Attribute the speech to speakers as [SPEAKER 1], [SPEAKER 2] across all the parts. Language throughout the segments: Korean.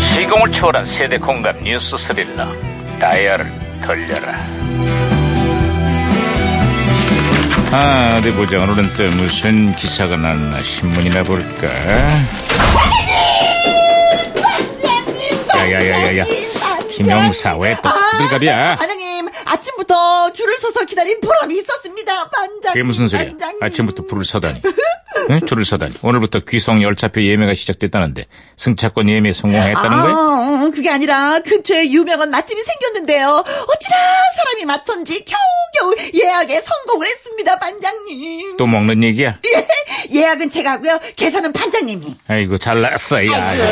[SPEAKER 1] 시공을 초월한 세대 공감 뉴스 스릴러 다이얼을 돌려라 아 어디 보자 오늘은 또 무슨 기사가 났나 신문이나 볼까 야야야야야 김영사 왜 또 호들갑이야
[SPEAKER 2] 반장님, 아침부터 줄을 서서 기다린 보람이 있었습니다. 반장님.
[SPEAKER 1] 그게 무슨 소리야
[SPEAKER 2] 반장님.
[SPEAKER 1] 아침부터 불을 서다니 응? 줄을 서다니 오늘부터 귀성 열차표 예매가 시작됐다는데 승차권 예매에 성공했다는 거야?
[SPEAKER 2] 아, 어, 그게 아니라 근처에 유명한 맛집이 생겼는데요. 어찌나 사람이 많던지 겨우겨우 예약에 성공을 했습니다, 반장님. 네,
[SPEAKER 1] 또 먹는 얘기야?
[SPEAKER 2] 예약은 제가 하고요. 계산은 반장님이.
[SPEAKER 1] 아이고 잘났어 야,
[SPEAKER 2] 아이고,
[SPEAKER 1] 야.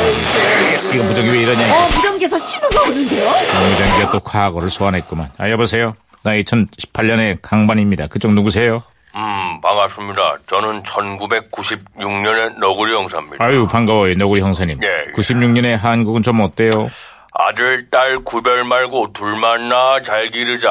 [SPEAKER 1] 이거 무전기 왜 이러냐 이거.
[SPEAKER 2] 어, 무전기에서 신호가 오는데요.
[SPEAKER 1] 무전기가 또 과거를 소환했구만 아 여보세요 나 2018년의 강반입니다 그쪽 누구세요?
[SPEAKER 3] 음, 반갑습니다. 저는 1996년의 너구리 형사입니다.
[SPEAKER 1] 아유 반가워요 너구리 형사님
[SPEAKER 3] 예, 예.
[SPEAKER 1] 96년에 한국은 좀 어때요?
[SPEAKER 3] 아들, 딸 구별 말고 둘 만나 잘 기르자.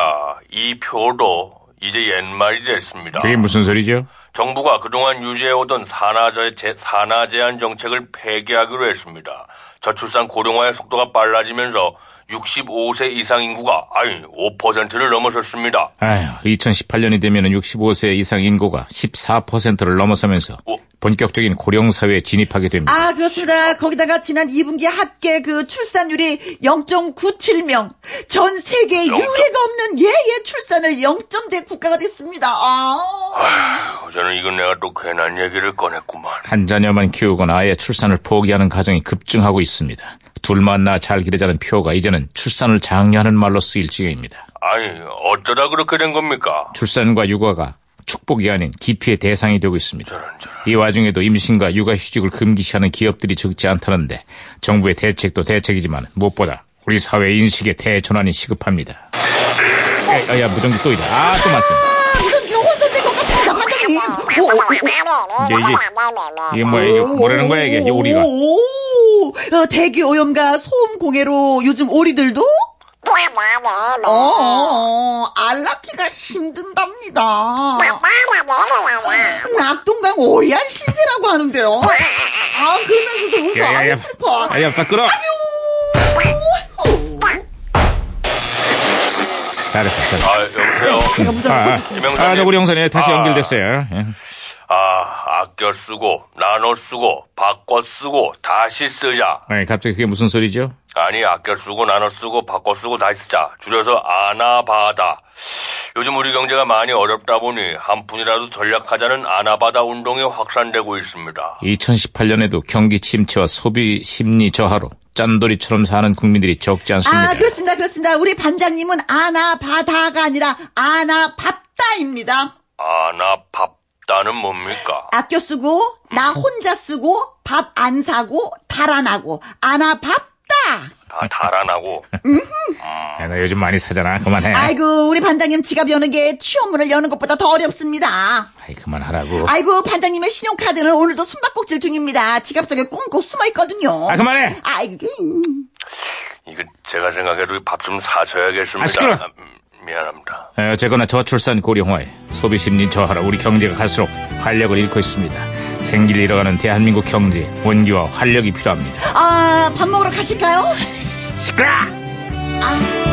[SPEAKER 3] 이 표도 이제 옛말이 됐습니다.
[SPEAKER 2] 아.
[SPEAKER 1] 그게 무슨 소리죠?
[SPEAKER 3] 정부가 그동안 유지해오던 산화제, 제- 산화 제한 정책을 폐기하기로 했습니다. 저출산 고령화의 속도가 빨라지면서 65세 이상 인구가 아니 5%를 넘어섰습니다.
[SPEAKER 1] 아유 2018년이 되면 65세 이상 인구가 14%를 넘어서면서
[SPEAKER 3] 어?
[SPEAKER 1] 본격적인 고령사회에 진입하게 됩니다
[SPEAKER 2] 아, 그렇습니다. 거기다가 지난 2분기 합계 그 출산율이 0.97명. 전 세계에
[SPEAKER 3] 영점.
[SPEAKER 2] 유례가 없는 예예 출산을 0점대 국가가 됐습니다. 아.
[SPEAKER 3] 저는 이건 내가 또 괜한 얘기를 꺼냈구만.
[SPEAKER 1] 한 자녀만 키우건 아예 출산을 포기하는 가정이 급증하고 있습니다 둘만 나 잘 기르자는 표가 이제는 출산을 장려하는 말로 쓰일 지경입니다
[SPEAKER 3] 아니 어쩌다 그렇게 된 겁니까?
[SPEAKER 1] 출산과 육아가 축복이 아닌 기피의 대상이 되고 있습니다.
[SPEAKER 3] 저런 저런.
[SPEAKER 1] 이 와중에도 임신과 육아휴직을 금기시하는 기업들이 적지 않다는데 정부의 대책도 대책이지만 무엇보다 우리 사회 인식의 대전환이 시급합니다. 야, 야 무전기 또 이래. 아 또 맞습니다.
[SPEAKER 2] 아, 무전기가 혼선된 것 같습니다, 반장님. 오, 오, 오.
[SPEAKER 1] 이게 이게 이게 뭐야 예, 이게 뭐라는 거야 이게 이 오리가.
[SPEAKER 2] 오, 어, 대기 오염과 소음 공해로 요즘 오리들도 어, 어, 알라키가 힘든답니다. 낙동강 오리알 신세라고 하는데요. 아 그러면서도 웃어
[SPEAKER 1] 야, 야, 야.
[SPEAKER 2] 안 슬퍼. 어,
[SPEAKER 1] 아야 딱 끌어. 잘했어 잘했어.
[SPEAKER 3] 아 여보세요.
[SPEAKER 2] 제가
[SPEAKER 1] 아,
[SPEAKER 2] 무장
[SPEAKER 1] 아,
[SPEAKER 3] 이명사님.
[SPEAKER 1] 아 너구리 형사님 다시
[SPEAKER 3] 아.
[SPEAKER 1] 연결됐어요. 예.
[SPEAKER 3] 아 아껴 쓰고 나눠 쓰고 바꿔 쓰고 다시 쓰자.
[SPEAKER 1] 아니, 갑자기 그게 무슨 소리죠?
[SPEAKER 3] 아니 아껴 쓰고 나눠 쓰고 바꿔 쓰고 다시 쓰자. 줄여서 아나바다. 요즘 우리 경제가 많이 어렵다 보니 한 푼이라도 전략하자는 아나바다 운동이 확산되고 있습니다.
[SPEAKER 1] 2018년에도 경기 침체와 소비 심리 저하로 짠돌이처럼 사는 국민들이 적지 않습니다.
[SPEAKER 2] 아 그렇습니다 그렇습니다. 우리 반장님은 아나 바다가 아니라 아나 밥다입니다.
[SPEAKER 3] 아나밥다는 뭡니까?
[SPEAKER 2] 아껴 쓰고 나
[SPEAKER 1] 음.
[SPEAKER 2] 혼자 쓰고 밥 안 사고 달아나고 아나 밥다.
[SPEAKER 3] 다 달아나고
[SPEAKER 1] 야, 나 요즘 많이 사잖아. 그만해. 아이,
[SPEAKER 2] 아이고 우리 반장님 지갑 여는 게 취업문을 여는 것보다 더 어렵습니다.
[SPEAKER 1] 그만하라고. 아
[SPEAKER 2] 아이고 반장님의 신용카드는 오늘도 숨바꼭질 중입니다. 지갑 속에 꽁꽁 숨어 있거든요.
[SPEAKER 1] 그만해.
[SPEAKER 2] 아이고 음.
[SPEAKER 3] 이거 제가 생각해도 밥 좀 사셔야겠습니다.
[SPEAKER 1] 아, 시끄러.
[SPEAKER 3] 음, 미안합니다.
[SPEAKER 1] 어쨌거나 저출산 고령화에 소비 심리 저하로 우리 경제가 갈수록 활력을 잃고 있습니다. 생기를 잃어가는 대한민국 경제 원기와 활력이 필요합니다.
[SPEAKER 2] 아, 밥 먹으러 가실까요?
[SPEAKER 1] 시끄러.
[SPEAKER 2] 아.